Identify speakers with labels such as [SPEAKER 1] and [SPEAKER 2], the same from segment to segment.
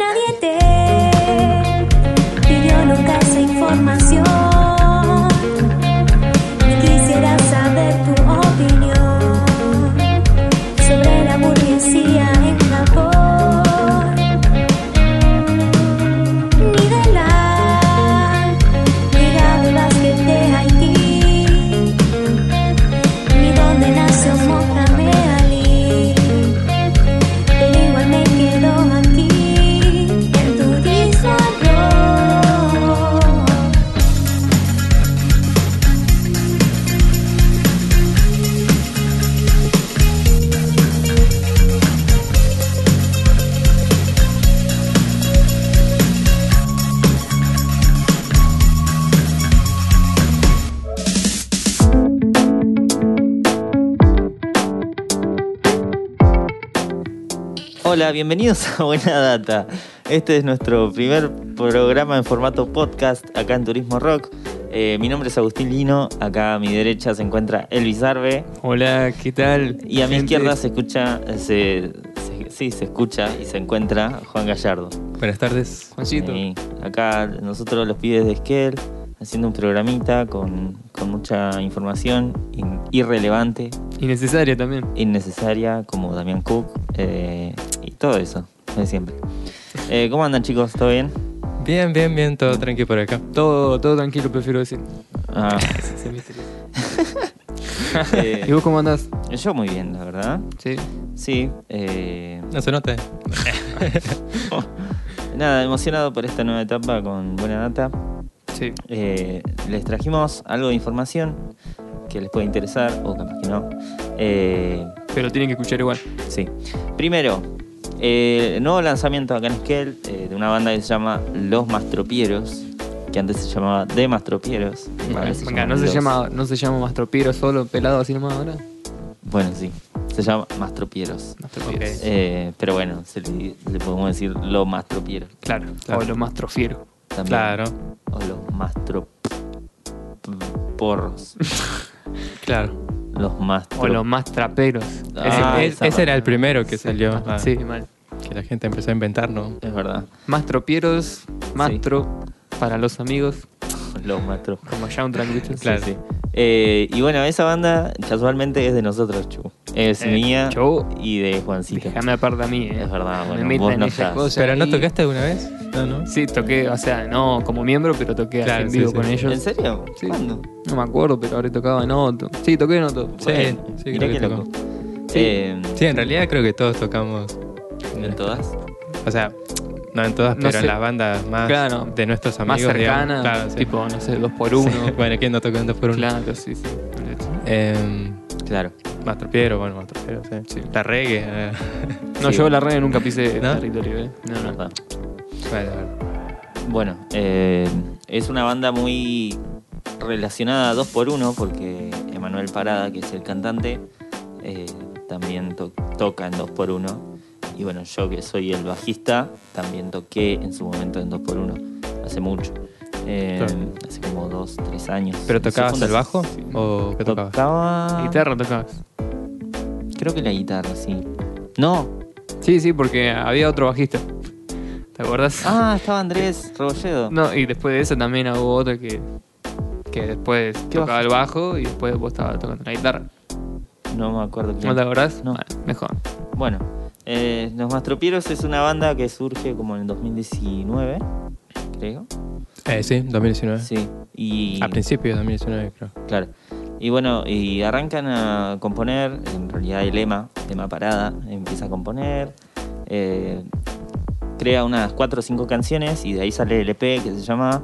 [SPEAKER 1] Nadie te pidió nunca esa información. Ni quisiera saber tu opinión sobre la burguesía en Japón. Ni de la liga de básquet de Haití. Ni dónde nació Mohamed Ali. Pero igual me quedo aquí en tu disolor.
[SPEAKER 2] Hola, bienvenidos a Buena Data. Este es nuestro primer programa en formato podcast acá en Turismo Rock. Eh, mi nombre es Agustín Lino, acá a mi derecha se encuentra Elvis Arbe
[SPEAKER 3] Hola, ¿qué tal?
[SPEAKER 2] y a mi
[SPEAKER 3] gente?
[SPEAKER 2] izquierda se escucha, se, se- sí, se escucha y se encuentra Juan Gallardo.
[SPEAKER 3] Buenas tardes, Juancito.
[SPEAKER 2] Y acá nosotros los pibes de Esquel haciendo un programita con, con mucha información in- irrelevante,
[SPEAKER 3] Innecesaria también.
[SPEAKER 2] innecesaria, como Damián Cook eh, y todo eso, de siempre. Eh, ¿Cómo andan chicos? ¿Todo bien?
[SPEAKER 4] Bien, bien, bien, todo tranqui por acá.
[SPEAKER 3] Todo, todo tranquilo, prefiero decir.
[SPEAKER 2] Ah,
[SPEAKER 3] Sí, me interesa.
[SPEAKER 2] eh,
[SPEAKER 3] ¿Y vos cómo andás?
[SPEAKER 2] yo muy bien, la verdad.
[SPEAKER 3] Sí.
[SPEAKER 2] Sí. eh,
[SPEAKER 4] No se nota.
[SPEAKER 2] nada, emocionado por esta nueva etapa con buena data.
[SPEAKER 3] Sí.
[SPEAKER 2] Eh, les trajimos algo de información que les puede interesar o capaz que no. Eh,
[SPEAKER 3] Pero tienen que escuchar igual.
[SPEAKER 2] sí. Primero, eh, nuevo lanzamiento acá en Esquel eh, de una banda que se llama Los Mastropieros, que antes se llamaba De Mastropieros. y ahora se
[SPEAKER 3] Venga,
[SPEAKER 2] llaman
[SPEAKER 3] no se
[SPEAKER 2] Los-
[SPEAKER 3] llama, no se llama Mastropiro solo pelado así nomás ahora.
[SPEAKER 2] Bueno, sí. Se llama Mastropieros.
[SPEAKER 3] Mastropiro.
[SPEAKER 2] Eh, pero bueno, se le, le podemos decir Los Mastropieros.
[SPEAKER 3] Claro,
[SPEAKER 4] claro.
[SPEAKER 3] O los mastrofiero.
[SPEAKER 2] también.
[SPEAKER 4] Claro,
[SPEAKER 2] O los mastro porros.
[SPEAKER 4] claro.
[SPEAKER 2] Los mastro.
[SPEAKER 3] O los más traperos.
[SPEAKER 2] Ah,
[SPEAKER 4] ese,
[SPEAKER 2] esa
[SPEAKER 4] ese era el primero que
[SPEAKER 3] Sí.
[SPEAKER 4] salió. ah,
[SPEAKER 3] Sí, mal.
[SPEAKER 4] Que la gente empezó a inventar, ¿no?
[SPEAKER 2] Es verdad.
[SPEAKER 3] Mastropieros, mastro, para los amigos,
[SPEAKER 2] Los mastro.
[SPEAKER 3] como ya un tranquilo.
[SPEAKER 4] Claro.
[SPEAKER 2] Sí, sí. Eh, y bueno, esa banda casualmente es de nosotros, Chu. Es
[SPEAKER 3] Eh,
[SPEAKER 2] mía
[SPEAKER 3] Chu.
[SPEAKER 2] y de Juancito.
[SPEAKER 3] Déjame aparte a mí, eh.
[SPEAKER 2] Es verdad,
[SPEAKER 3] Me
[SPEAKER 2] bueno,
[SPEAKER 3] metan
[SPEAKER 2] vos no
[SPEAKER 3] esas
[SPEAKER 2] estás.
[SPEAKER 3] cosas
[SPEAKER 4] ¿Pero no
[SPEAKER 3] ahí.
[SPEAKER 4] tocaste alguna vez? No, no.
[SPEAKER 3] Sí, toqué, o sea, no como miembro, pero toqué así
[SPEAKER 4] Claro,
[SPEAKER 3] en
[SPEAKER 4] sí,
[SPEAKER 3] vivo
[SPEAKER 4] sí.
[SPEAKER 3] con
[SPEAKER 2] ¿En
[SPEAKER 3] ellos.
[SPEAKER 2] serio?
[SPEAKER 3] Sí.
[SPEAKER 2] ¿Cuándo?
[SPEAKER 3] No me acuerdo, pero habré tocado en Otto. Sí, toqué en Otto.
[SPEAKER 4] Sí,
[SPEAKER 2] Bueno,
[SPEAKER 4] sí,
[SPEAKER 2] mirá
[SPEAKER 4] creo
[SPEAKER 2] qué
[SPEAKER 4] que
[SPEAKER 2] loco.
[SPEAKER 3] Sí.
[SPEAKER 2] Eh,
[SPEAKER 4] Sí, en realidad creo que todos tocamos.
[SPEAKER 2] ¿En todas?
[SPEAKER 4] O sea, no en todas,
[SPEAKER 3] No
[SPEAKER 4] pero
[SPEAKER 3] sé.
[SPEAKER 4] en las bandas más
[SPEAKER 3] Claro.
[SPEAKER 4] de nuestros
[SPEAKER 3] Más
[SPEAKER 4] amigos.
[SPEAKER 3] cercana,
[SPEAKER 4] digamos. Claro, sí.
[SPEAKER 3] tipo, no sé, dos por uno.
[SPEAKER 4] Sí, Bueno, ¿quién no tocó en dos por uno?
[SPEAKER 3] Claro, sí, sí.
[SPEAKER 4] Eh,
[SPEAKER 2] Claro.
[SPEAKER 4] Mastro Piero, bueno, Mastro Piero, sí.
[SPEAKER 3] Sí.
[SPEAKER 4] La reggae. eh.
[SPEAKER 3] No,
[SPEAKER 2] Sí.
[SPEAKER 3] yo la radio nunca pisé
[SPEAKER 4] ¿No?
[SPEAKER 3] territorio, eh. No,
[SPEAKER 2] Es
[SPEAKER 3] no.
[SPEAKER 2] verdad.
[SPEAKER 4] Bueno, bueno.
[SPEAKER 2] Bueno, eh, es una banda muy relacionada a 2 por 1 porque Emanuel Parada, que es el cantante, eh, también to- toca en 2 por 1 Y bueno, yo que soy el bajista, también toqué en su momento en 2 por 1 hace mucho. Eh,
[SPEAKER 4] Claro.
[SPEAKER 2] Hace como 2, 3 años.
[SPEAKER 4] ¿Pero tocabas
[SPEAKER 2] Sí,
[SPEAKER 4] el bajo?
[SPEAKER 2] sí.
[SPEAKER 4] ¿O qué tocabas?
[SPEAKER 2] Tocaba...
[SPEAKER 3] Guitarra tocabas.
[SPEAKER 2] Creo que la guitarra, sí. No.
[SPEAKER 3] Sí, sí, porque había otro bajista. ¿Te acordás?
[SPEAKER 2] Ah, estaba Andrés Rebolledo.
[SPEAKER 3] No, y después de eso también hubo otro que, que después
[SPEAKER 2] ¿Qué
[SPEAKER 3] tocaba el bajo y después vos estabas tocando la guitarra.
[SPEAKER 2] No me acuerdo quién.
[SPEAKER 3] ¿No te acordás?
[SPEAKER 2] No.
[SPEAKER 3] Bueno, mejor.
[SPEAKER 2] Bueno, eh, Los Mastropieros es una banda que surge como en el 2019, creo.
[SPEAKER 4] Eh, sí, 2019.
[SPEAKER 2] Sí. Y,
[SPEAKER 4] A principios de 2019, creo.
[SPEAKER 2] Claro. Y bueno, y arrancan a componer, en realidad el lema, tema parada, empieza a componer, eh, crea unas cuatro o cinco canciones y de ahí sale el EP que se llama...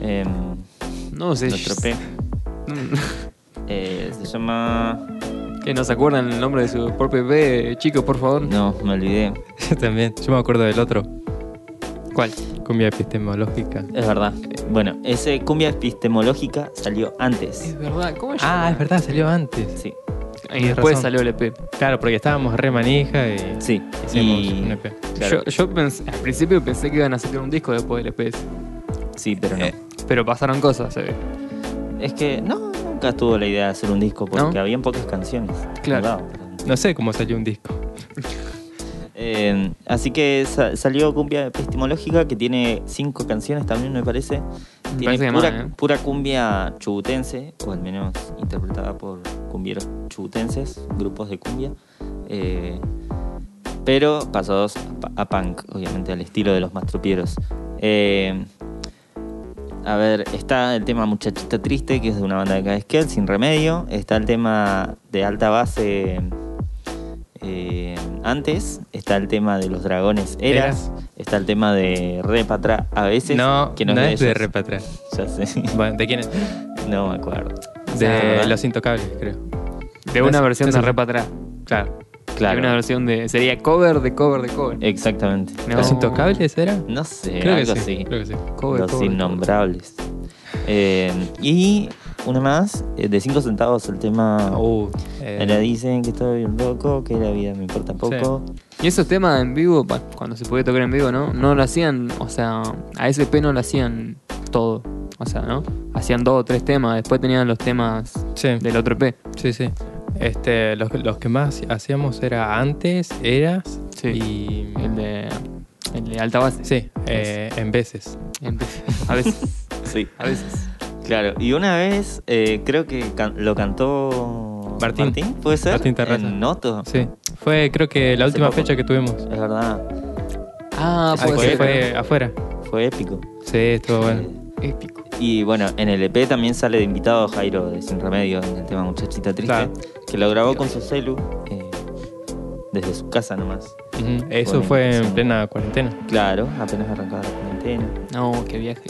[SPEAKER 2] Eh,
[SPEAKER 3] No sé.
[SPEAKER 2] nuestro EP. eh, se llama...
[SPEAKER 3] Que no se acuerdan el nombre de su propio EP, chicos, por favor.
[SPEAKER 2] No, me olvidé.
[SPEAKER 4] Yo también. Yo me acuerdo del otro.
[SPEAKER 3] ¿Cuál?
[SPEAKER 4] Cumbia epistemológica.
[SPEAKER 2] Es verdad. Bueno, ese cumbia epistemológica salió antes.
[SPEAKER 3] Es verdad, ¿cómo es?
[SPEAKER 4] Ah, es verdad, salió antes.
[SPEAKER 2] Sí,
[SPEAKER 3] Y
[SPEAKER 4] Tenés
[SPEAKER 3] después
[SPEAKER 4] razón.
[SPEAKER 3] salió el E EP.
[SPEAKER 4] Claro, porque estábamos re manija y
[SPEAKER 2] sí.
[SPEAKER 4] hicimos
[SPEAKER 2] Y-
[SPEAKER 4] un E EP.
[SPEAKER 2] Claro.
[SPEAKER 3] Yo, yo pensé- al principio pensé que iban a sacar un disco después E del EP. ese.
[SPEAKER 2] Sí, pero no.
[SPEAKER 4] Eh.
[SPEAKER 3] Pero pasaron cosas, eh. se ve.
[SPEAKER 2] Es que no, nunca estuvo la idea de hacer un disco porque
[SPEAKER 3] ¿No?
[SPEAKER 2] habían pocas canciones.
[SPEAKER 3] Claro.
[SPEAKER 2] Claro.
[SPEAKER 4] No sé cómo salió un disco.
[SPEAKER 2] Eh, así que sa- salió Cumbia Epistemológica, que tiene cinco canciones también, me parece. Tiene
[SPEAKER 3] parece que
[SPEAKER 2] pura,
[SPEAKER 3] más, ¿eh?
[SPEAKER 2] pura cumbia chubutense, o al menos interpretada por cumbieros chubutenses, grupos de cumbia. Eh, pero pasados a, pa- a punk, obviamente, al estilo de los mastrupieros. Eh, a ver, está el tema Muchachita Triste, que es de una banda de acá de Esquel, Sin Remedio. Está el tema de alta base eh, antes. Está el tema de los dragones Eras. Está el tema de Repatra a veces.
[SPEAKER 4] no,
[SPEAKER 2] que
[SPEAKER 4] no
[SPEAKER 2] es de
[SPEAKER 4] es de
[SPEAKER 2] ellos.
[SPEAKER 4] Repatra.
[SPEAKER 2] Ya sé.
[SPEAKER 4] Bueno, ¿de quién es?
[SPEAKER 2] No me acuerdo.
[SPEAKER 4] De
[SPEAKER 2] ¿verdad?
[SPEAKER 4] Los Intocables, creo.
[SPEAKER 3] De una
[SPEAKER 4] Es-
[SPEAKER 3] versión
[SPEAKER 4] es
[SPEAKER 3] de
[SPEAKER 4] el-
[SPEAKER 3] Rap Atrás.
[SPEAKER 4] Claro.
[SPEAKER 3] De una
[SPEAKER 2] Claro. Eh,
[SPEAKER 3] versión de. Sería cover de cover de cover.
[SPEAKER 2] Exactamente.
[SPEAKER 3] No.
[SPEAKER 4] ¿Los Intocables era?
[SPEAKER 2] No sé,
[SPEAKER 4] creo que
[SPEAKER 2] algo
[SPEAKER 4] sí,
[SPEAKER 2] así.
[SPEAKER 4] creo que sí.
[SPEAKER 3] cover,
[SPEAKER 2] Los
[SPEAKER 3] cover,
[SPEAKER 2] innombrables. Eh, y una más, eh, de 5 centavos el tema.
[SPEAKER 4] Uh,
[SPEAKER 2] Me
[SPEAKER 4] eh,
[SPEAKER 2] la dicen que estoy bien loco, que la vida me importa poco.
[SPEAKER 3] Y esos temas en vivo, pa- cuando se podía tocar en vivo, ¿no? No lo hacían, o sea, a SP no lo hacían todo. O sea, ¿no? Hacían dos o tres temas, después tenían los temas
[SPEAKER 4] sí.
[SPEAKER 3] del otro EP.
[SPEAKER 4] Sí, sí. Este, los, los que más hacíamos era antes, eras
[SPEAKER 3] Sí.
[SPEAKER 4] y.
[SPEAKER 3] El de, el de alta base.
[SPEAKER 4] Sí, eh, en veces.
[SPEAKER 3] En vez- A veces.
[SPEAKER 2] Sí,
[SPEAKER 3] A veces.
[SPEAKER 2] claro. Y una vez, eh, creo que can- lo cantó
[SPEAKER 4] Martín.
[SPEAKER 2] ¿puede ser?
[SPEAKER 4] Martín Terraza.
[SPEAKER 2] En Noto.
[SPEAKER 4] Sí. Fue, creo que, la
[SPEAKER 2] Hace
[SPEAKER 4] última
[SPEAKER 2] poco.
[SPEAKER 4] fecha que tuvimos.
[SPEAKER 2] Es verdad,
[SPEAKER 3] Ah,
[SPEAKER 2] Ese
[SPEAKER 4] Ah,
[SPEAKER 3] puede
[SPEAKER 4] que
[SPEAKER 3] ser.
[SPEAKER 4] fue afuera.
[SPEAKER 2] fue épico. Eh,
[SPEAKER 4] Sí, estuvo bueno.
[SPEAKER 3] Épico.
[SPEAKER 2] Y bueno, en el EP también sale de invitado Jairo de Sin Remedio en el tema Muchachita Triste,
[SPEAKER 4] Claro.
[SPEAKER 2] que lo grabó con su celu eh, desde su casa nomás.
[SPEAKER 4] Ujú. Eso
[SPEAKER 2] Bueno,
[SPEAKER 4] fue en
[SPEAKER 2] sí.
[SPEAKER 4] plena cuarentena.
[SPEAKER 2] Claro, apenas arrancaba la cuarentena.
[SPEAKER 3] No, qué viaje.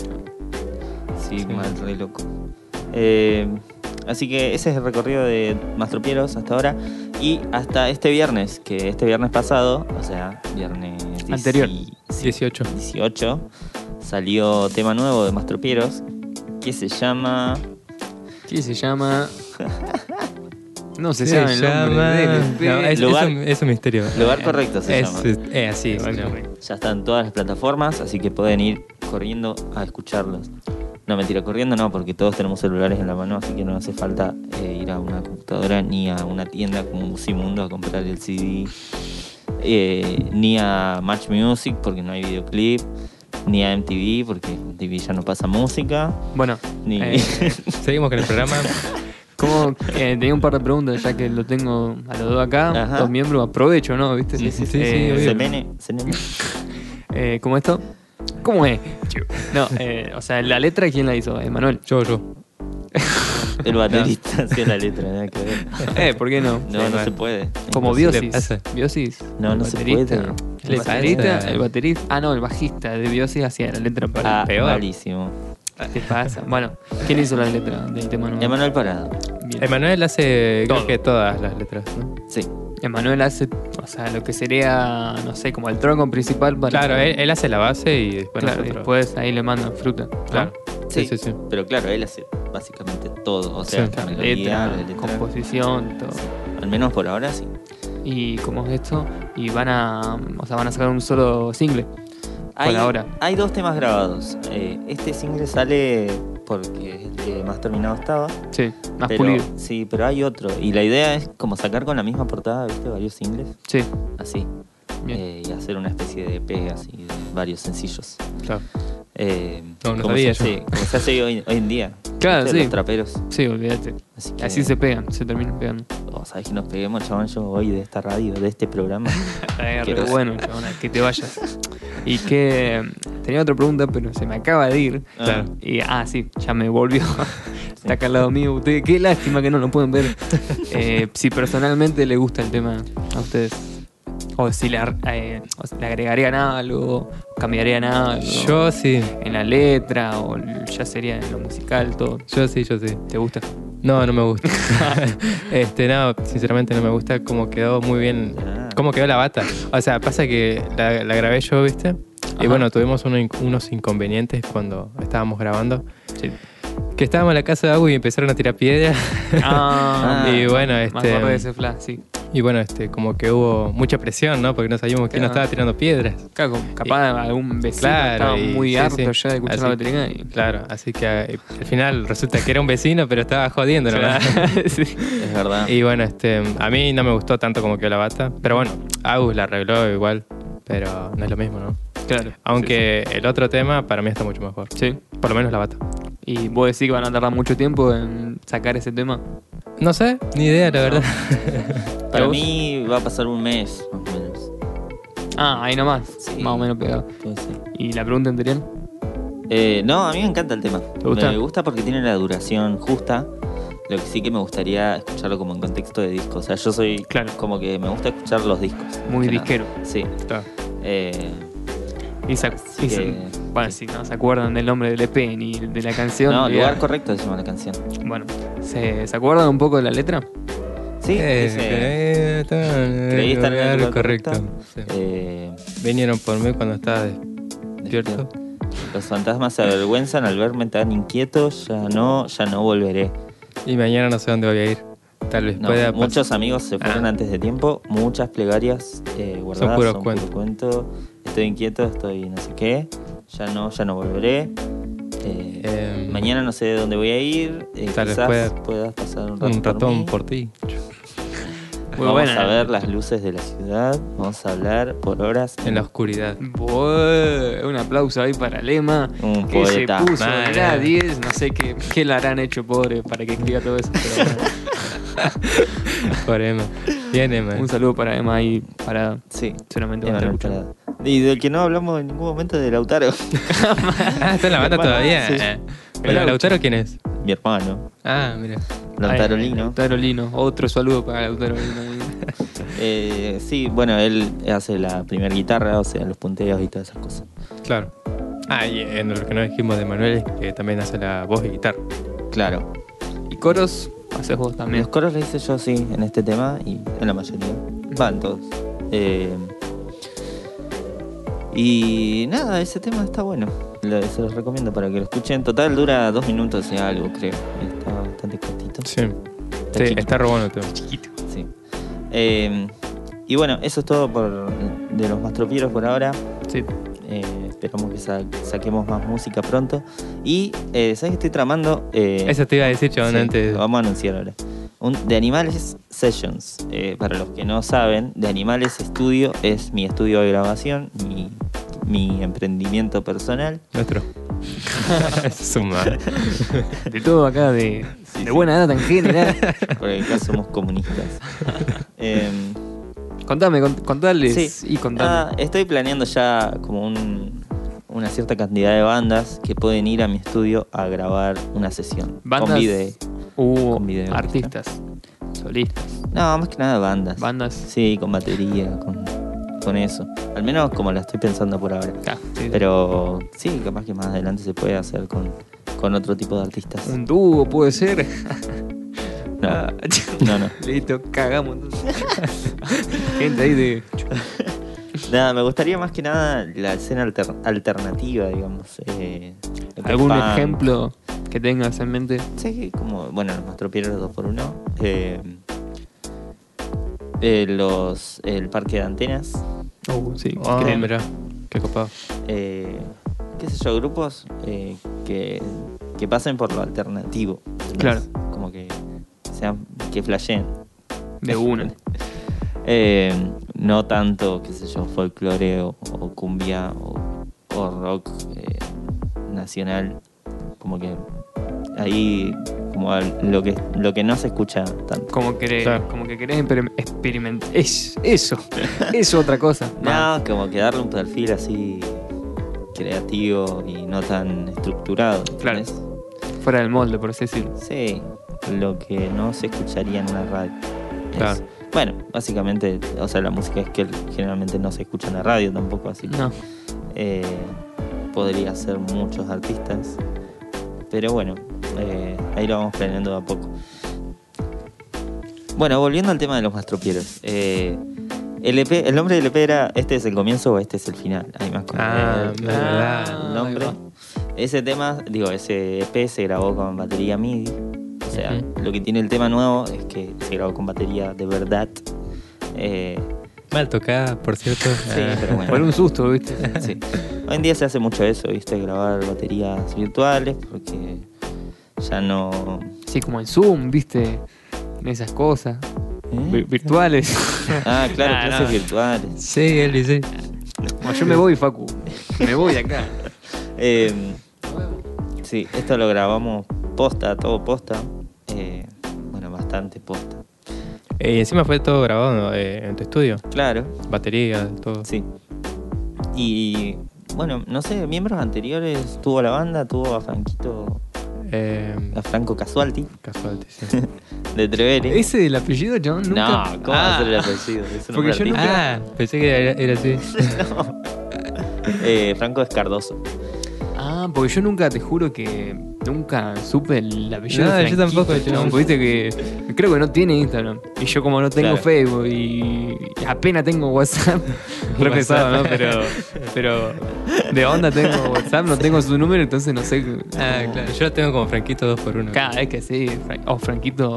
[SPEAKER 2] Sí,
[SPEAKER 4] Sí.
[SPEAKER 2] mal, re loco. Eh, así que ese es el recorrido de Mastropieros hasta ahora. Y hasta este viernes, que este viernes pasado, o sea, viernes dieci-
[SPEAKER 3] Anterior.
[SPEAKER 4] 18.
[SPEAKER 2] 18, salió tema nuevo de Mastropieros que se llama.
[SPEAKER 3] Sí, se llama. No se,
[SPEAKER 4] Se
[SPEAKER 3] sabe el nombre
[SPEAKER 4] llama-
[SPEAKER 3] del EP.
[SPEAKER 4] No, es,
[SPEAKER 2] Lugar-
[SPEAKER 4] es un, es un misterio.
[SPEAKER 2] Lugar correcto se
[SPEAKER 4] Es,
[SPEAKER 2] llama.
[SPEAKER 4] eh, así se llama.
[SPEAKER 2] Ya está en todas las plataformas, así que pueden ir corriendo a escucharlos. No, mentira, corriendo no, porque todos tenemos celulares en la mano, así que no hace falta eh, ir a una computadora ni a una tienda como Musimundo a comprar el CD, eh, ni a Match Music porque no hay videoclip, ni a MTV porque en MTV ya no pasa música,
[SPEAKER 3] Bueno,
[SPEAKER 2] ni...
[SPEAKER 3] eh,
[SPEAKER 4] Seguimos con el programa.
[SPEAKER 3] ¿Cómo? eh, tenía un par de preguntas, ya que lo tengo a los dos acá,
[SPEAKER 2] Ajá.
[SPEAKER 3] dos miembros, aprovecho, ¿no? ¿Viste?
[SPEAKER 4] Sí, sí, sí,
[SPEAKER 3] Eh,
[SPEAKER 4] sí, obvio.
[SPEAKER 2] Selene, Selene.
[SPEAKER 3] eh, ¿Cómo esto? ¿Cómo es? No, eh, o sea, la letra, ¿quién la hizo? Emanuel.
[SPEAKER 4] Yo, yo.
[SPEAKER 2] el baterista hacía la letra, nada que ver.
[SPEAKER 3] Eh, ¿por qué no?
[SPEAKER 2] No, no
[SPEAKER 4] bueno.
[SPEAKER 2] se puede.
[SPEAKER 3] Como
[SPEAKER 4] Imposible
[SPEAKER 3] Biosis.
[SPEAKER 4] pasa.
[SPEAKER 3] Biosis.
[SPEAKER 2] No,
[SPEAKER 3] el
[SPEAKER 2] no se puede.
[SPEAKER 3] El
[SPEAKER 4] Le
[SPEAKER 3] baterista,
[SPEAKER 4] pasa.
[SPEAKER 3] el baterista. Ah, no, el bajista de Biosis hacía la letra para
[SPEAKER 2] Ah,
[SPEAKER 3] peor.
[SPEAKER 2] malísimo.
[SPEAKER 3] ¿Qué pasa? Bueno, ¿quién hizo la letra del tema nuevo?
[SPEAKER 2] Emanuel Eh, Parado.
[SPEAKER 3] Bien.
[SPEAKER 4] Emanuel hace,
[SPEAKER 3] Todo.
[SPEAKER 4] creo que todas las letras, ¿no?
[SPEAKER 2] Sí.
[SPEAKER 3] Emanuel hace, o sea, lo que sería, no sé, como el tronco principal para.
[SPEAKER 4] Claro, él, él hace la base y después
[SPEAKER 3] eh, Claro,
[SPEAKER 4] nosotros.
[SPEAKER 3] después ahí le mandan fruta. ¿no?
[SPEAKER 4] Claro. Sí, sí, sí.
[SPEAKER 2] Pero claro, él hace básicamente todo. O sea,
[SPEAKER 4] Sí.
[SPEAKER 2] la melodía,
[SPEAKER 3] letra,
[SPEAKER 2] la letra.
[SPEAKER 3] composición, todo.
[SPEAKER 2] Al menos por ahora sí.
[SPEAKER 3] Y cómo es esto, y van a, o sea, van a sacar un solo single.
[SPEAKER 2] Hay,
[SPEAKER 3] ahora.
[SPEAKER 2] hay dos temas grabados. Eh, este single sale porque es el que más terminado estaba.
[SPEAKER 3] Sí, más
[SPEAKER 2] pero,
[SPEAKER 3] pulido.
[SPEAKER 2] Sí, pero hay otro. Y la idea es como sacar con la misma portada, ¿viste? Varios singles.
[SPEAKER 3] Sí,
[SPEAKER 2] Así.
[SPEAKER 3] bien.
[SPEAKER 2] Eh, y hacer una especie de EP así, de varios sencillos.
[SPEAKER 4] Claro.
[SPEAKER 2] Eh,
[SPEAKER 4] No, no
[SPEAKER 2] como,
[SPEAKER 4] sabía
[SPEAKER 2] se hace, como se hace hoy, hoy en día.
[SPEAKER 3] Claro,
[SPEAKER 2] ¿Viste?
[SPEAKER 3] sí.
[SPEAKER 2] Los traperos.
[SPEAKER 3] Sí, olvídate.
[SPEAKER 2] Así que,
[SPEAKER 3] Así se pegan, se terminan pegando.
[SPEAKER 2] oh, ¿Sabes que nos peguemos, chabón? Yo voy de esta radio, de este programa.
[SPEAKER 3] Eh, re
[SPEAKER 2] Quiero-
[SPEAKER 3] bueno, chabona, que te vayas. Y que tenía otra pregunta, pero se me acaba de ir.
[SPEAKER 2] Ah.
[SPEAKER 3] Y, ah, sí, ya me volvió. Está acá al lado mío. Ustedes, qué lástima que no lo pueden ver. Eh, si personalmente le gusta el tema a ustedes. O si le, ar- eh, o si le agregarían algo, cambiarían algo.
[SPEAKER 4] Yo sí,
[SPEAKER 3] En la letra, o l- ya sería en lo musical, todo.
[SPEAKER 4] yo sí, yo sí.
[SPEAKER 3] ¿Te gusta?
[SPEAKER 4] No, no me gusta. este, no, sinceramente no me gusta cómo quedó muy bien.
[SPEAKER 2] Ah.
[SPEAKER 4] Cómo quedó la bata. O sea, pasa que la, la grabé yo, ¿viste?
[SPEAKER 3] Ajá.
[SPEAKER 4] Y bueno, tuvimos uno- unos inconvenientes cuando estábamos grabando.
[SPEAKER 3] Sí.
[SPEAKER 4] Que estábamos en la casa de Agus y empezaron a tirar piedras.
[SPEAKER 3] Ah,
[SPEAKER 4] y bueno,
[SPEAKER 3] me acuerdo
[SPEAKER 4] este.
[SPEAKER 3] de ese flash, sí.
[SPEAKER 4] Y bueno, este, como que hubo mucha presión, ¿no? Porque no sabíamos quién nos
[SPEAKER 3] Claro.
[SPEAKER 4] estaba tirando piedras.
[SPEAKER 3] Claro, como capaz algún vecino
[SPEAKER 4] Claro,
[SPEAKER 3] estaba
[SPEAKER 4] y-
[SPEAKER 3] muy
[SPEAKER 4] sí,
[SPEAKER 3] harto
[SPEAKER 4] sí.
[SPEAKER 3] ya de escuchar
[SPEAKER 4] Así-
[SPEAKER 3] la veterinaria. y-
[SPEAKER 4] Claro, así que eh, al final resulta que era un vecino, pero estaba jodiendo, ¿no?
[SPEAKER 3] Sí.
[SPEAKER 2] es verdad.
[SPEAKER 4] Y bueno, este, a mí no me gustó tanto como quedó la bata, pero bueno, Agus la arregló igual. pero no es lo mismo, ¿no?
[SPEAKER 3] Claro.
[SPEAKER 4] Aunque el otro tema para mí está mucho mejor.
[SPEAKER 3] Sí.
[SPEAKER 4] Por lo menos la bata.
[SPEAKER 3] ¿Y vos decís que van a tardar mucho tiempo en sacar ese tema?
[SPEAKER 4] No sé, ni idea, la verdad.
[SPEAKER 2] Para
[SPEAKER 3] vos?
[SPEAKER 2] mí va a pasar un mes, más o menos.
[SPEAKER 3] Ah, ahí nomás.
[SPEAKER 2] Sí.
[SPEAKER 3] Más o menos pegado.
[SPEAKER 2] Puede ser.
[SPEAKER 3] ¿Y la pregunta anterior?
[SPEAKER 2] Eh, no, a mí me encanta el tema.
[SPEAKER 3] gusta?
[SPEAKER 2] Me gusta porque tiene la duración justa. Lo que sí que me gustaría escucharlo como en contexto de disco. O sea, yo soy
[SPEAKER 3] Claro.
[SPEAKER 2] como que me gusta escuchar los discos.
[SPEAKER 3] Muy
[SPEAKER 2] Que nada.
[SPEAKER 3] disquero.
[SPEAKER 2] Sí.
[SPEAKER 4] Claro.
[SPEAKER 2] Eh,
[SPEAKER 3] Y se,
[SPEAKER 2] Así
[SPEAKER 3] y se-
[SPEAKER 2] que-
[SPEAKER 3] bueno, si no se acuerdan del nombre del EP ni de la canción.
[SPEAKER 2] no,
[SPEAKER 3] ni
[SPEAKER 2] lugar
[SPEAKER 3] de-
[SPEAKER 2] correcto se llama la canción.
[SPEAKER 3] Bueno, ¿se, se acuerdan un poco de la letra?
[SPEAKER 2] Sí,
[SPEAKER 4] Eh,
[SPEAKER 2] dice,
[SPEAKER 4] creí estar en el
[SPEAKER 2] creí estar en el
[SPEAKER 4] lugar
[SPEAKER 2] lugar
[SPEAKER 4] correcto.
[SPEAKER 2] correcto.
[SPEAKER 4] Sí.
[SPEAKER 2] eh, este,
[SPEAKER 4] Vinieron por mí cuando estaba despierto.
[SPEAKER 2] los fantasmas se avergüenzan al verme tan inquieto. Ya no, ya no volveré.
[SPEAKER 4] Y mañana no sé dónde voy a ir. Tal vez
[SPEAKER 2] No,
[SPEAKER 4] pueda pas-
[SPEAKER 2] muchos amigos se fueron
[SPEAKER 4] Ah.
[SPEAKER 2] antes de tiempo, muchas plegarias eh, guardadas,
[SPEAKER 4] puros
[SPEAKER 2] son
[SPEAKER 4] cuentos.
[SPEAKER 2] puro cuento. Estoy inquieto, estoy no sé qué, ya no, ya no volveré. Eh,
[SPEAKER 4] Em,
[SPEAKER 2] mañana no sé de dónde voy a ir, eh,
[SPEAKER 4] tal vez
[SPEAKER 2] quizás
[SPEAKER 4] pueda-
[SPEAKER 2] puedas pasar un rato
[SPEAKER 4] un ratón
[SPEAKER 2] por,
[SPEAKER 4] por ti.
[SPEAKER 2] mí.
[SPEAKER 3] Muy
[SPEAKER 2] vamos
[SPEAKER 3] buena,
[SPEAKER 2] a
[SPEAKER 3] eh.
[SPEAKER 2] ver las luces de la ciudad, vamos a hablar por horas.
[SPEAKER 4] En la oscuridad.
[SPEAKER 3] Bué, Un aplauso ahí para Lema.
[SPEAKER 2] Un
[SPEAKER 3] que se
[SPEAKER 2] poeta.
[SPEAKER 3] puso
[SPEAKER 4] Mal,
[SPEAKER 3] de la 10, no sé qué, qué le harán hecho pobre para que escriba todo eso. pero bueno.
[SPEAKER 4] Por Emma. Bien, Emma.
[SPEAKER 3] un saludo para Emma ahí para
[SPEAKER 2] Sí.
[SPEAKER 3] seguramente va a estar
[SPEAKER 2] Emanuel
[SPEAKER 3] escuchando.
[SPEAKER 2] Parada. Y del que no hablamos en ningún momento es de Lautaro,
[SPEAKER 4] Ah, está en la banda
[SPEAKER 3] Bueno,
[SPEAKER 4] todavía.
[SPEAKER 3] sí.
[SPEAKER 4] Pero
[SPEAKER 3] Laucho.
[SPEAKER 4] Lautaro, ¿quién es?
[SPEAKER 2] mi hermano,
[SPEAKER 4] Ah, mira.
[SPEAKER 2] Lautaro
[SPEAKER 3] Ay,
[SPEAKER 2] Lino.
[SPEAKER 3] Lautaro Lino, otro saludo para Lautaro Lino.
[SPEAKER 2] Eh, sí, bueno, él hace la primera guitarra, o sea, los punteos y todas esas cosas.
[SPEAKER 4] Claro. Ah, y en lo que no dijimos de Manuel es que también hace la voz y guitarra.
[SPEAKER 2] Claro.
[SPEAKER 3] Y coros, haces vos también.
[SPEAKER 2] Los coros le hice yo, sí, en este tema y en la mayoría. Van todos. Eh, y nada, ese tema está bueno. Lo- se los recomiendo para que lo escuchen. Total dura dos minutos y algo, creo. Está bastante cortito.
[SPEAKER 4] Sí.
[SPEAKER 2] Está
[SPEAKER 4] Sí,
[SPEAKER 2] chiquito,
[SPEAKER 4] está robando todo.
[SPEAKER 2] sí. Eh, y bueno, eso es todo por de los más tropieros por ahora.
[SPEAKER 3] Sí.
[SPEAKER 2] Eh, esperamos que sa- saquemos más música pronto. Y, eh, ¿sabes qué estoy tramando? Eh,
[SPEAKER 4] Eso te iba a decir, chabón,
[SPEAKER 2] Sí,
[SPEAKER 4] antes.
[SPEAKER 2] lo vamos a anunciar ahora. Un- de Animales Sessions. Eh, para los que no saben, De Animales Estudio es mi estudio de grabación, mi, mi emprendimiento personal.
[SPEAKER 4] Nuestro. Suma.
[SPEAKER 3] De todo acá, de, de buena data en general.
[SPEAKER 2] Porque acá somos comunistas. Em,
[SPEAKER 3] contame, cont- contales
[SPEAKER 2] Sí.
[SPEAKER 3] y contame.
[SPEAKER 2] Ah, estoy planeando ya como un- una cierta cantidad de bandas que pueden ir a mi estudio a grabar una sesión.
[SPEAKER 3] Bandas
[SPEAKER 2] Con video.
[SPEAKER 3] hubo
[SPEAKER 2] con video,
[SPEAKER 3] artistas, solistas,
[SPEAKER 2] No, más que nada bandas.
[SPEAKER 3] bandas.
[SPEAKER 2] Sí, con batería, con, con eso. Al menos como la estoy pensando por ahora.
[SPEAKER 3] Ah, sí.
[SPEAKER 2] Pero sí, capaz que más adelante se puede hacer con, con otro tipo de artistas.
[SPEAKER 3] Un Ah. dúo puede ser.
[SPEAKER 2] No, no, no.
[SPEAKER 3] Listo, cagamos. entonces. Gente ahí de.
[SPEAKER 2] Nada, me gustaría más que nada la escena alter- alternativa, digamos. eh, lo que
[SPEAKER 3] ¿Algún
[SPEAKER 2] es punk.
[SPEAKER 3] ejemplo que tengas en mente?
[SPEAKER 2] Sí, como, bueno, los Mastropieros dos por uno. eh, eh, los, el parque de antenas.
[SPEAKER 3] Oh, sí.
[SPEAKER 4] Ah,
[SPEAKER 3] creo.
[SPEAKER 4] mirá. Qué copado.
[SPEAKER 2] eh, qué sé yo, grupos eh, que, que pasen por lo alternativo. ¿entendés?
[SPEAKER 3] Claro.
[SPEAKER 2] Como que sean, que flasheen.
[SPEAKER 3] De una.
[SPEAKER 2] Eh, no tanto, qué sé yo, folclore o, o cumbia o, o rock eh, nacional. Como que ahí como al- lo que lo que no se escucha tanto.
[SPEAKER 3] Como que,
[SPEAKER 4] Claro.
[SPEAKER 3] como que querés experimentar. Es, eso. Es otra cosa. Nada.
[SPEAKER 2] No, como que darle un perfil así creativo y no tan estructurado.
[SPEAKER 3] Claro.
[SPEAKER 2] ¿entendés?
[SPEAKER 3] Fuera del molde, por así decirlo.
[SPEAKER 2] Sí, lo que no se escucharía en una radio. Es-
[SPEAKER 4] Claro.
[SPEAKER 2] Bueno, básicamente, o sea, la música es que generalmente no se escucha en la radio tampoco, así que
[SPEAKER 3] No.
[SPEAKER 2] eh, podría ser muchos artistas. Pero bueno, eh, ahí lo vamos planeando de a poco. Bueno, volviendo al tema de los mastropieros. Eh, el, EP el nombre del EP era Este es el comienzo o este es el final. Ahí me acordé
[SPEAKER 4] Ah,
[SPEAKER 2] del-
[SPEAKER 4] me Ah,
[SPEAKER 2] el
[SPEAKER 3] ahí
[SPEAKER 2] nombre.
[SPEAKER 3] va.
[SPEAKER 2] Ese tema, digo, ese EP se grabó con batería MIDI. O sea,
[SPEAKER 4] Ujú.
[SPEAKER 2] lo que tiene el tema nuevo es que se grabó con batería de verdad. Eh,
[SPEAKER 4] Mal tocada, por cierto.
[SPEAKER 2] sí,
[SPEAKER 4] Ah.
[SPEAKER 2] pero bueno.
[SPEAKER 3] Ah. Por un susto, ¿viste?
[SPEAKER 2] Sí. Hoy en día se hace mucho eso, ¿viste? Grabar baterías virtuales porque ya no.
[SPEAKER 3] Sí, como en Zoom, ¿viste? En esas cosas.
[SPEAKER 2] ¿Eh?
[SPEAKER 3] vi- virtuales.
[SPEAKER 2] Ah, claro,
[SPEAKER 3] Ah,
[SPEAKER 2] clases
[SPEAKER 3] no.
[SPEAKER 2] virtuales.
[SPEAKER 4] Sí, él dice.
[SPEAKER 3] Bueno, yo me voy, Facu. Me voy de acá.
[SPEAKER 2] Eh, sí, esto lo grabamos posta, todo posta. Eh, bueno, bastante posta.
[SPEAKER 4] Eh, y encima fue todo grabado ¿no? Eh, en tu estudio.
[SPEAKER 2] Claro,
[SPEAKER 4] Batería, todo.
[SPEAKER 2] sí. Y bueno, no sé, miembros anteriores tuvo la banda, tuvo a Franquito,
[SPEAKER 4] Eh,
[SPEAKER 2] a Franco Casualti
[SPEAKER 4] casual, sí.
[SPEAKER 2] de Trevere.
[SPEAKER 3] ¿Ese del apellido, John?
[SPEAKER 2] No,
[SPEAKER 3] Nunca...
[SPEAKER 2] ¿cómo va a ser el
[SPEAKER 3] Ah.
[SPEAKER 2] apellido? Es un
[SPEAKER 3] Porque
[SPEAKER 2] nombre
[SPEAKER 3] yo nunca-
[SPEAKER 2] artístico.
[SPEAKER 4] Ah, pensé que era, era así.
[SPEAKER 2] Eh, Franco Escardoso.
[SPEAKER 3] Ah, porque yo nunca, te juro que nunca supe el apellido.
[SPEAKER 4] No,
[SPEAKER 3] de
[SPEAKER 4] yo
[SPEAKER 3] Franquito,
[SPEAKER 4] tampoco, yo
[SPEAKER 3] chabón,
[SPEAKER 4] no.
[SPEAKER 3] porque viste que creo que no tiene Instagram. Y yo como no tengo
[SPEAKER 2] Claro.
[SPEAKER 3] Facebook y apenas tengo WhatsApp, re pesado, ¿no? Pero, pero de onda tengo WhatsApp, no tengo su número, entonces no sé.
[SPEAKER 4] Ah, claro. Yo lo tengo como Franquito 2 por 1
[SPEAKER 3] Cada vez que sí, Fran- o Franquito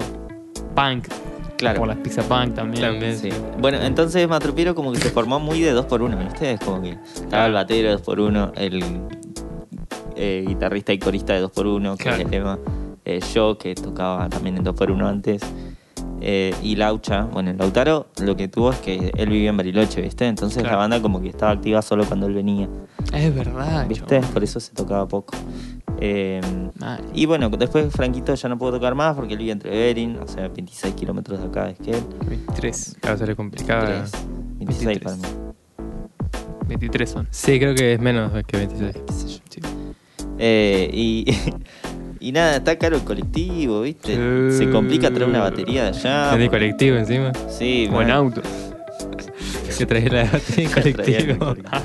[SPEAKER 3] Punk,
[SPEAKER 2] Claro.
[SPEAKER 3] por las Pizza Punk también.
[SPEAKER 4] También.
[SPEAKER 2] Sí. Bueno, entonces Matrupiero como que se formó muy de dos por uno, ustedes Como que estaba el batero de 2x1, el eh, guitarrista y corista de 2x1, que
[SPEAKER 4] Claro.
[SPEAKER 2] es el tema. eh, yo, que tocaba también en 2x1 antes. eh, y Laucha, bueno, el Lautaro lo que tuvo es que él vivía en Bariloche, ¿viste? Entonces
[SPEAKER 3] Claro.
[SPEAKER 2] la banda como que estaba activa solo cuando él venía,
[SPEAKER 3] Es verdad,
[SPEAKER 2] ¿viste?
[SPEAKER 3] chabón.
[SPEAKER 2] Por eso se tocaba poco. Eh,
[SPEAKER 3] Mal.
[SPEAKER 2] y bueno, después Franquito ya no pudo tocar más porque él vivía entre Bering, o sea, 26 kilómetros de acá, es que él.
[SPEAKER 3] 23.
[SPEAKER 4] Claro, se le
[SPEAKER 3] Ah,
[SPEAKER 4] complicaba.
[SPEAKER 2] Tres, 26 para mí.
[SPEAKER 3] 23 son.
[SPEAKER 4] Sí, creo que es menos que 26.
[SPEAKER 2] qué sé yo. Eh, y, y nada, está caro el colectivo, ¿viste?
[SPEAKER 3] Sí.
[SPEAKER 2] Se complica traer una batería de
[SPEAKER 4] Tenés
[SPEAKER 2] allá.
[SPEAKER 4] colectivo encima.
[SPEAKER 2] Sí,
[SPEAKER 3] O en
[SPEAKER 2] man.
[SPEAKER 3] auto.
[SPEAKER 4] Que traía la batería en
[SPEAKER 2] Traía el
[SPEAKER 4] colectivo.
[SPEAKER 2] colectivo.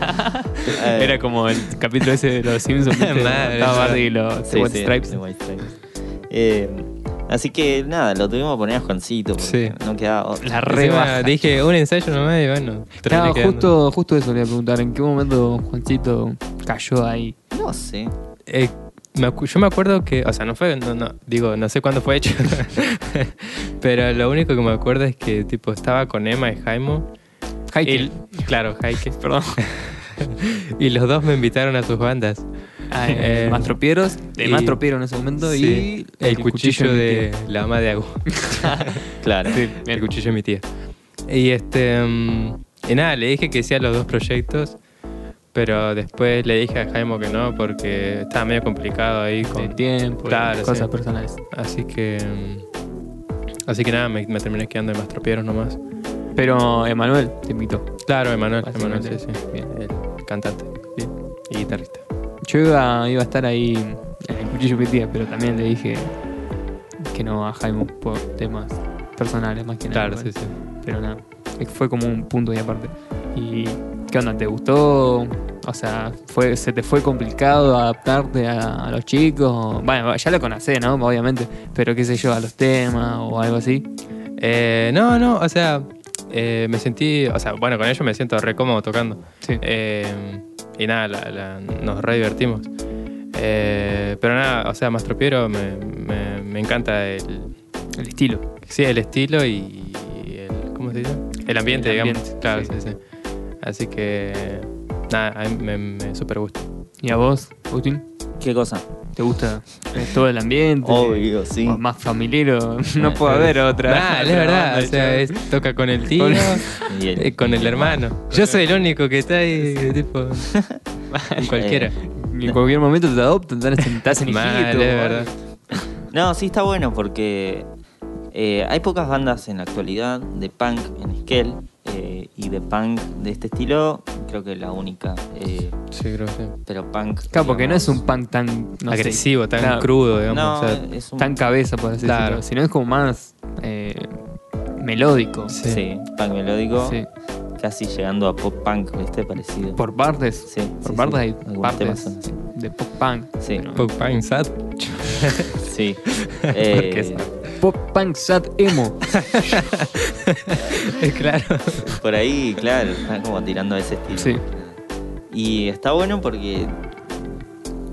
[SPEAKER 2] Eh,
[SPEAKER 3] Era como el capítulo ese de los Simpsons. ¿viste?
[SPEAKER 4] Madre,
[SPEAKER 3] Estaba
[SPEAKER 4] madre.
[SPEAKER 3] Barney y los
[SPEAKER 2] sí,
[SPEAKER 3] White
[SPEAKER 2] sí,
[SPEAKER 3] Stripes.
[SPEAKER 2] de White Stripes. Eh, así que nada, lo tuvimos que poner a Juancito. porque
[SPEAKER 4] Sí.
[SPEAKER 2] No quedaba otra.
[SPEAKER 3] La
[SPEAKER 4] Encima
[SPEAKER 3] rebaja.
[SPEAKER 4] Dije un ensayo nomás y bueno. terminé
[SPEAKER 3] Claro,
[SPEAKER 4] quedando.
[SPEAKER 3] justo, justo eso le iba a preguntar. ¿En qué momento Juancito cayó ahí?
[SPEAKER 2] No sé.
[SPEAKER 4] Eh, me acu- yo me acuerdo que, o sea, no fue, no, no, digo, no sé cuándo fue hecho, pero lo único que me acuerdo es que tipo estaba con Emma y Jaimo.
[SPEAKER 3] Jaike.
[SPEAKER 4] Y- claro, Jaike, perdón. y los dos me invitaron a sus bandas.
[SPEAKER 3] Ah, eh,
[SPEAKER 4] eh,
[SPEAKER 3] Mastropieros. De
[SPEAKER 4] y-
[SPEAKER 3] Mastropiero en ese momento.
[SPEAKER 4] Sí,
[SPEAKER 3] Y
[SPEAKER 4] el cuchillo
[SPEAKER 3] en mi
[SPEAKER 4] de la ama de Agu.
[SPEAKER 2] Claro.
[SPEAKER 4] Sí, el cuchillo de mi tía. Y este. mm, y nada, le dije que sí a los dos proyectos. Pero después le dije a Jaimo que no, porque estaba medio complicado ahí
[SPEAKER 3] tío.
[SPEAKER 4] con
[SPEAKER 3] De tiempo. y
[SPEAKER 4] Claro,
[SPEAKER 3] cosas
[SPEAKER 4] sí.
[SPEAKER 3] personales.
[SPEAKER 4] Así que. mm, Así que nada, me, me terminé quedando en más tropieros nomás.
[SPEAKER 3] Pero Emanuel te invitó.
[SPEAKER 4] Claro, Emanuel, Emanuel, sí,
[SPEAKER 3] Básicamente.
[SPEAKER 4] sí.
[SPEAKER 3] Bien.
[SPEAKER 4] El cantante
[SPEAKER 3] Bien.
[SPEAKER 4] y guitarrista.
[SPEAKER 3] Yo iba, iba a estar ahí en el cuchillo de mi tía, pero también le dije que no a Jaime por temas personales más que nada.
[SPEAKER 4] Claro,
[SPEAKER 3] igual.
[SPEAKER 4] sí, sí.
[SPEAKER 3] Pero nada, fue como un punto y aparte. ¿Y qué onda? ¿Te gustó? O sea, fue, ¿se te fue complicado adaptarte a, a los chicos? Bueno, ya lo conocés, ¿no? Obviamente. Pero qué sé yo, a los temas o algo así.
[SPEAKER 4] Eh, no, no, o sea, eh, me sentí. O sea, bueno, con ellos me siento re cómodo tocando.
[SPEAKER 3] Sí.
[SPEAKER 4] Eh, y nada, la- la- nos re divertimos. Eh, pero nada, o sea, Mastro Piero me, me- me encanta el,
[SPEAKER 3] El estilo.
[SPEAKER 4] sí, el estilo y el. ¿Cómo se dice? El ambiente,
[SPEAKER 3] El
[SPEAKER 4] digamos.
[SPEAKER 3] ambiente,
[SPEAKER 4] claro,
[SPEAKER 3] sí.
[SPEAKER 4] sí, sí. Así que. Nada, a mí me, me super gusta.
[SPEAKER 3] ¿Y a vos, Agustín?
[SPEAKER 2] ¿Qué cosa?
[SPEAKER 3] ¿Te gusta eh, todo el ambiente?
[SPEAKER 2] Obvio, sí.
[SPEAKER 3] O Más familiero. No puede haber otra.
[SPEAKER 4] Ah, es
[SPEAKER 3] otra
[SPEAKER 4] verdad,
[SPEAKER 3] banda,
[SPEAKER 4] o sea,
[SPEAKER 3] chabón.
[SPEAKER 4] es- toca con el tío,
[SPEAKER 3] Con-
[SPEAKER 2] Y
[SPEAKER 4] eh, con el hermano. Yo soy el único que está ahí, tipo, cualquiera.
[SPEAKER 3] Y en cualquier momento te adoptan, te hacen- te hacen hijito.
[SPEAKER 4] Mal, es
[SPEAKER 3] o algo.
[SPEAKER 4] verdad.
[SPEAKER 2] No, sí está bueno porque eh, hay pocas bandas en la actualidad de punk en Esquel eh, y de punk de este estilo, creo que la única. eh,
[SPEAKER 4] Sí, creo que sí.
[SPEAKER 2] pero punk.
[SPEAKER 3] Claro, porque no es
[SPEAKER 2] digamos,
[SPEAKER 3] un punk tan no sé,
[SPEAKER 4] Agresivo, tan
[SPEAKER 3] claro,
[SPEAKER 4] crudo, digamos.
[SPEAKER 2] no,
[SPEAKER 4] o sea,
[SPEAKER 2] es un.
[SPEAKER 3] tan cabeza, por así
[SPEAKER 4] Claro.
[SPEAKER 3] decirlo. Sino es como más eh, melódico.
[SPEAKER 4] Sí.
[SPEAKER 2] sí. punk melódico,
[SPEAKER 3] Sí.
[SPEAKER 2] casi llegando a pop punk, ¿viste? Parecido.
[SPEAKER 3] Por partes.
[SPEAKER 2] sí,
[SPEAKER 3] Por
[SPEAKER 2] sí,
[SPEAKER 3] partes
[SPEAKER 2] sí.
[SPEAKER 3] hay
[SPEAKER 2] Algunos temas
[SPEAKER 3] partes
[SPEAKER 2] son así.
[SPEAKER 3] de pop punk.
[SPEAKER 2] Sí.
[SPEAKER 3] pero-
[SPEAKER 4] Pop Punk Sad.
[SPEAKER 2] Sí. Eh,
[SPEAKER 4] Porque es-
[SPEAKER 3] Pop punk sad emo.
[SPEAKER 4] claro.
[SPEAKER 2] por ahí, claro, están como tirando ese estilo.
[SPEAKER 3] Sí.
[SPEAKER 2] Y está bueno porque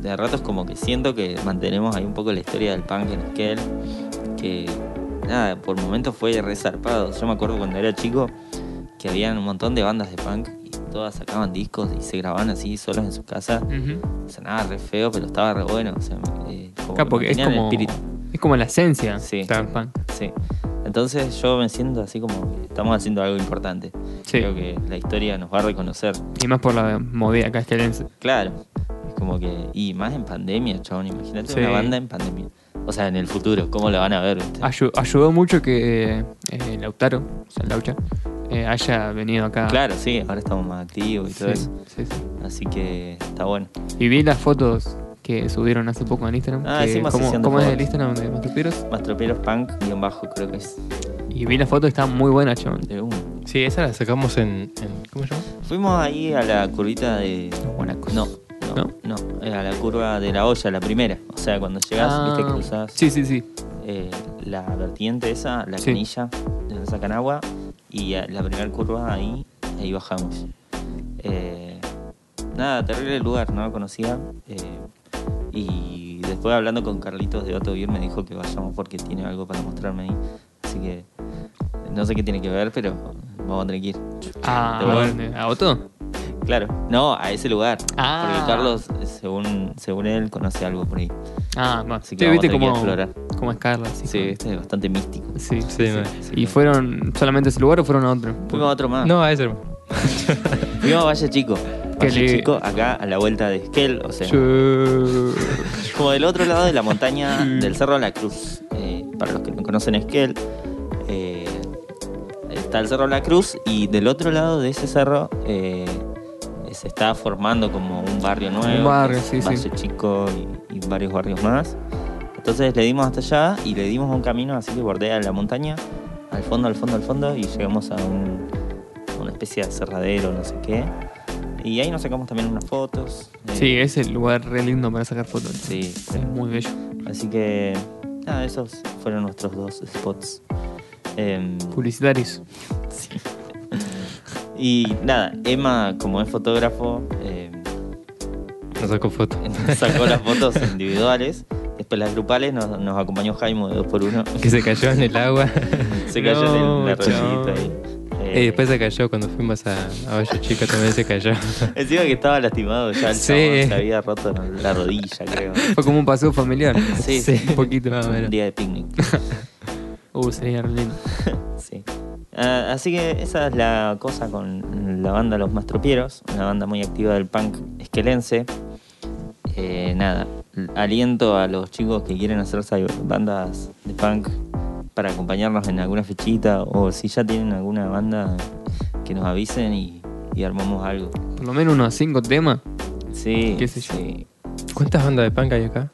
[SPEAKER 2] de a ratos como que siento que mantenemos ahí un poco la historia del punk en Esquel. Que nada, por momentos fue re zarpado. Yo me acuerdo cuando era chico que habían un montón de bandas de punk y todas sacaban discos y se grababan así solos en sus casas.
[SPEAKER 3] Ujú.
[SPEAKER 2] Sonaba re feo, pero estaba re bueno. O sea, eh, como
[SPEAKER 3] Claro,
[SPEAKER 2] que
[SPEAKER 3] porque es
[SPEAKER 2] mantenían el
[SPEAKER 3] como,
[SPEAKER 2] espíritu.
[SPEAKER 3] es como la esencia
[SPEAKER 2] Sí.
[SPEAKER 3] del punk.
[SPEAKER 2] Sí. Entonces yo me siento así como que estamos haciendo algo importante.
[SPEAKER 3] Sí.
[SPEAKER 2] Creo que la historia nos va a reconocer.
[SPEAKER 3] Y más por la movida casquelense.
[SPEAKER 2] Claro. Es como que. Y más en pandemia, chabón. Imagínate
[SPEAKER 3] Sí.
[SPEAKER 2] una banda en pandemia. O sea, en el futuro, ¿cómo la van a ver? viste?
[SPEAKER 3] Ayu- ayudó mucho que eh, Lautaro, o sea, Laucha, eh, haya venido acá.
[SPEAKER 2] Claro, sí, ahora estamos más activos y todo
[SPEAKER 3] Sí,
[SPEAKER 2] eso.
[SPEAKER 3] sí, sí.
[SPEAKER 2] Así que está bueno.
[SPEAKER 3] Y vi las fotos que subieron hace poco en Instagram.
[SPEAKER 2] Ah,
[SPEAKER 3] que
[SPEAKER 2] sí, más
[SPEAKER 3] ¿Cómo,
[SPEAKER 2] sesión de
[SPEAKER 3] cómo es
[SPEAKER 2] fotos.
[SPEAKER 3] el Instagram de Mastropiros?
[SPEAKER 2] Mastroperos Punk, guión bajo, creo que es.
[SPEAKER 3] Y vi las fotos, estaban muy buenas, chabón.
[SPEAKER 2] De uno.
[SPEAKER 4] Sí, esa la sacamos en. en- ¿Cómo se llama?
[SPEAKER 2] Fuimos ahí a la curvita de.
[SPEAKER 3] guanacos.
[SPEAKER 2] No, no, no. eh, a la curva de la olla, la primera. O sea, cuando llegas, viste,
[SPEAKER 3] Ah,
[SPEAKER 2] cruzas
[SPEAKER 3] Sí, sí, sí.
[SPEAKER 2] eh, la vertiente esa, la
[SPEAKER 3] Sí.
[SPEAKER 2] canilla, donde sacan agua. Y a la primera curva ahí, ahí bajamos. Eh, nada, terrible lugar, no lo conocía. eh, y después hablando con Carlitos de Otto Beer me dijo que vayamos porque tiene algo para mostrarme ahí. Así que no sé qué tiene que ver, pero vamos a tener que ir.
[SPEAKER 3] Ah,
[SPEAKER 2] Pero bueno.
[SPEAKER 3] ¿dónde? ¿A Otto?
[SPEAKER 2] Claro, no, a ese lugar.
[SPEAKER 3] Ah.
[SPEAKER 2] Porque Carlos, según, según él, conoce algo por ahí.
[SPEAKER 3] Ah, va.
[SPEAKER 2] Así
[SPEAKER 3] Sí,
[SPEAKER 2] que vamos
[SPEAKER 3] viste
[SPEAKER 2] a tener que
[SPEAKER 3] cómo,
[SPEAKER 2] explorar.
[SPEAKER 3] cómo es Carla. Sí,
[SPEAKER 2] Sí, este es bastante místico.
[SPEAKER 3] sí,
[SPEAKER 4] Sí,
[SPEAKER 3] sí.
[SPEAKER 4] no.
[SPEAKER 3] ¿Y fueron solamente a ese lugar o fueron a otro?
[SPEAKER 2] Fuimos a otro más.
[SPEAKER 4] No, a ese.
[SPEAKER 2] Fuimos a Valle Chico.
[SPEAKER 3] Qué
[SPEAKER 2] Valle
[SPEAKER 3] lindo.
[SPEAKER 2] Chico, acá a la vuelta de Esquel, o sea,
[SPEAKER 3] Yo-
[SPEAKER 2] como del otro lado de la montaña
[SPEAKER 3] Mm.
[SPEAKER 2] del Cerro de la Cruz. Eh, para los que no conocen Esquel, eh, está el Cerro de la Cruz y del otro lado de ese cerro eh, se está formando como un barrio nuevo.
[SPEAKER 3] Un barrio,
[SPEAKER 2] que es
[SPEAKER 3] sí, sí.
[SPEAKER 2] Valle Chico y, y varios barrios más. Entonces le dimos hasta allá y le dimos un camino así que bordea la montaña, al fondo, al fondo, al fondo, y llegamos a un- a una especie de cerradero, no sé qué. Y ahí nos sacamos también unas fotos. eh,
[SPEAKER 3] Sí, es el lugar re lindo para sacar fotos.
[SPEAKER 2] Sí,
[SPEAKER 3] Es muy bello.
[SPEAKER 2] Así que, nada, esos fueron nuestros dos spots. Em,
[SPEAKER 3] Publicitarios.
[SPEAKER 2] sí. Y nada, Emma, como es fotógrafo, em,
[SPEAKER 4] Nos sacó foto.
[SPEAKER 2] sacó las fotos individuales. Después las grupales nos, nos acompañó Jaime de dos por uno.
[SPEAKER 4] Que se cayó en el agua.
[SPEAKER 2] Se cayó en el-
[SPEAKER 4] No,
[SPEAKER 2] la
[SPEAKER 4] chabón.
[SPEAKER 2] rodillita ahí. Eh,
[SPEAKER 4] Y después se cayó cuando fuimos a, a Valle Chico también se cayó.
[SPEAKER 2] Encima que estaba lastimado ya el
[SPEAKER 4] Sí.
[SPEAKER 2] chabón, se había roto la rodilla, creo.
[SPEAKER 3] Fue como un paseo familiar.
[SPEAKER 2] Sí, sí.
[SPEAKER 3] Un poquito.
[SPEAKER 4] Más o
[SPEAKER 2] Un
[SPEAKER 4] menos.
[SPEAKER 2] día de picnic.
[SPEAKER 3] Uh, sería re lindo.
[SPEAKER 2] Sí. Ah, así que esa es la cosa con la banda Los Mastropieros, una banda muy activa del punk esquelense. Eh, nada, aliento a los chicos que quieren hacerse bandas de punk para acompañarnos en alguna fechita o si ya tienen alguna banda que nos avisen y, y armamos algo.
[SPEAKER 3] Por lo menos unos cinco temas.
[SPEAKER 2] Sí,
[SPEAKER 3] ¿Qué sé yo?
[SPEAKER 2] sí.
[SPEAKER 4] ¿Cuántas bandas de punk hay acá?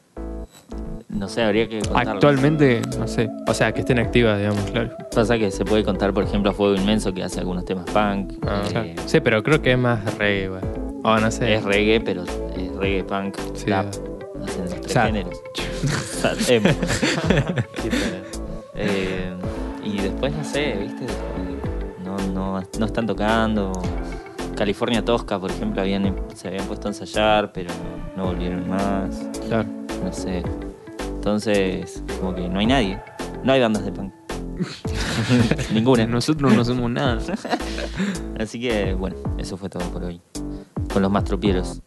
[SPEAKER 2] No sé, habría que contarlo.
[SPEAKER 3] Actualmente, no sé.
[SPEAKER 4] O sea, que estén activas, digamos, claro.
[SPEAKER 2] Pasa que se puede contar, por ejemplo, a Fuego Inmenso que hace algunos temas punk.
[SPEAKER 4] Ah,
[SPEAKER 2] eh,
[SPEAKER 4] claro. Sí, pero creo que es más reggae, güey. Oh, no sé.
[SPEAKER 2] Es reggae, pero es reggae punk,
[SPEAKER 4] Sí.
[SPEAKER 2] rap, hacen los tres
[SPEAKER 4] Sad.
[SPEAKER 2] géneros. Sad, emo. Sí, pero, eh, y después, no sé, viste, no, no, no están tocando. California Tosca, por ejemplo, habían, se habían puesto a ensayar, pero no volvieron más,
[SPEAKER 4] Claro.
[SPEAKER 2] no sé. Entonces, como que no hay nadie. No hay bandas de punk. Ninguna.
[SPEAKER 3] Nosotros no somos nada.
[SPEAKER 2] Así que, bueno, eso fue todo por hoy. Con los más tropieros.